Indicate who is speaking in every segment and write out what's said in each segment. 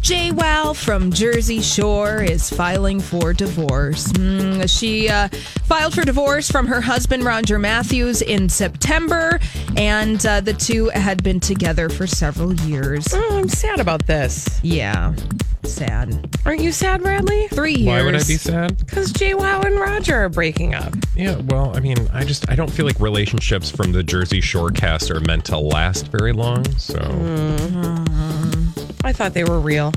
Speaker 1: Jay Wow from Jersey Shore is filing for divorce. Hmm, she uh, filed for divorce from her husband, Roger Matthews, in September, and uh, the two had been together for several years.
Speaker 2: Oh, I'm sad about this.
Speaker 1: Yeah, sad.
Speaker 2: Aren't you sad, Bradley?
Speaker 1: Three years.
Speaker 3: Why would I be sad?
Speaker 2: Because Jay Wow and Roger are breaking up.
Speaker 3: Yeah, well, I mean, I just I don't feel like relationships from the Jersey Shore cast are meant to last very long. So
Speaker 2: I thought they were real.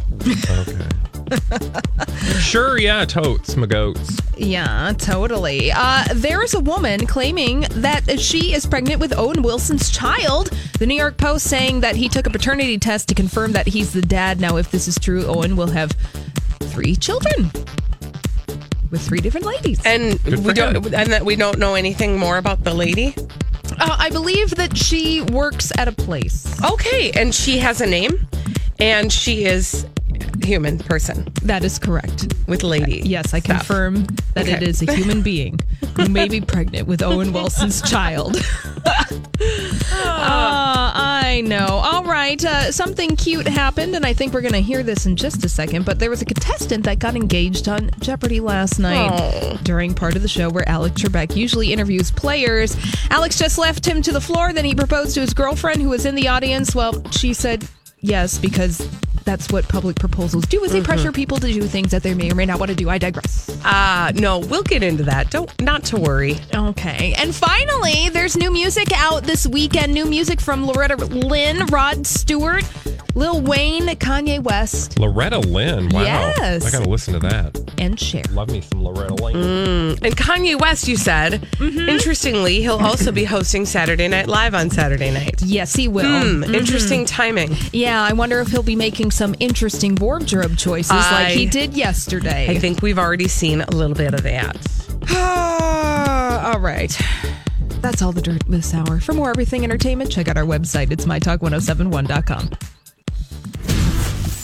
Speaker 3: okay. sure, yeah, totes, my goats.
Speaker 1: Yeah, totally. Uh, there is a woman claiming that she is pregnant with Owen Wilson's child. The New York Post saying that he took a paternity test to confirm that he's the dad. Now, if this is true, Owen will have three children with three different ladies.
Speaker 2: And
Speaker 3: Good
Speaker 2: we
Speaker 3: for
Speaker 2: don't
Speaker 3: him.
Speaker 2: and that we don't know anything more about the lady.
Speaker 1: Uh, I believe that she works at a place.
Speaker 2: Okay, and she has a name and she is a human person
Speaker 1: That is correct.
Speaker 2: with lady.
Speaker 1: Yes, I
Speaker 2: stuff.
Speaker 1: confirm that it
Speaker 2: Okay.
Speaker 1: is a human being who may be pregnant with Owen Wilson's child. Uh, I know. All right. Uh, something cute happened, and I think we're going to hear this in just a second. But there was a contestant that got engaged on Jeopardy last night during part of the show where Alex Trebek usually interviews players. Alex just left him to the floor. Then he proposed to his girlfriend, who was in the audience. Well, she said yes because. That's what public proposals do is they pressure people to do things that they may or may not want to do. I digress.
Speaker 2: Uh no, we'll get into that. Don't not to worry.
Speaker 1: Okay. And finally, there's new music out this weekend. New music from Loretta Lynn, Rod Stewart, Lil Wayne, Kanye West,
Speaker 3: Loretta Lynn. Wow.
Speaker 1: Yes.
Speaker 3: I gotta listen to that.
Speaker 1: and Cher.
Speaker 3: Love me some Loretta Lynn.
Speaker 2: And Kanye West, you said. Interestingly, he'll also be hosting Saturday Night Live on Saturday night.
Speaker 1: Yes, he will.
Speaker 2: Hmm, Interesting timing.
Speaker 1: Yeah, I wonder if he'll be making some interesting wardrobe choices
Speaker 2: I-
Speaker 1: like he did yesterday.
Speaker 2: I think we've already seen a little bit of that.
Speaker 1: all right. That's all the dirt this hour. For more everything entertainment, check out our website. It's mytalk1071.com.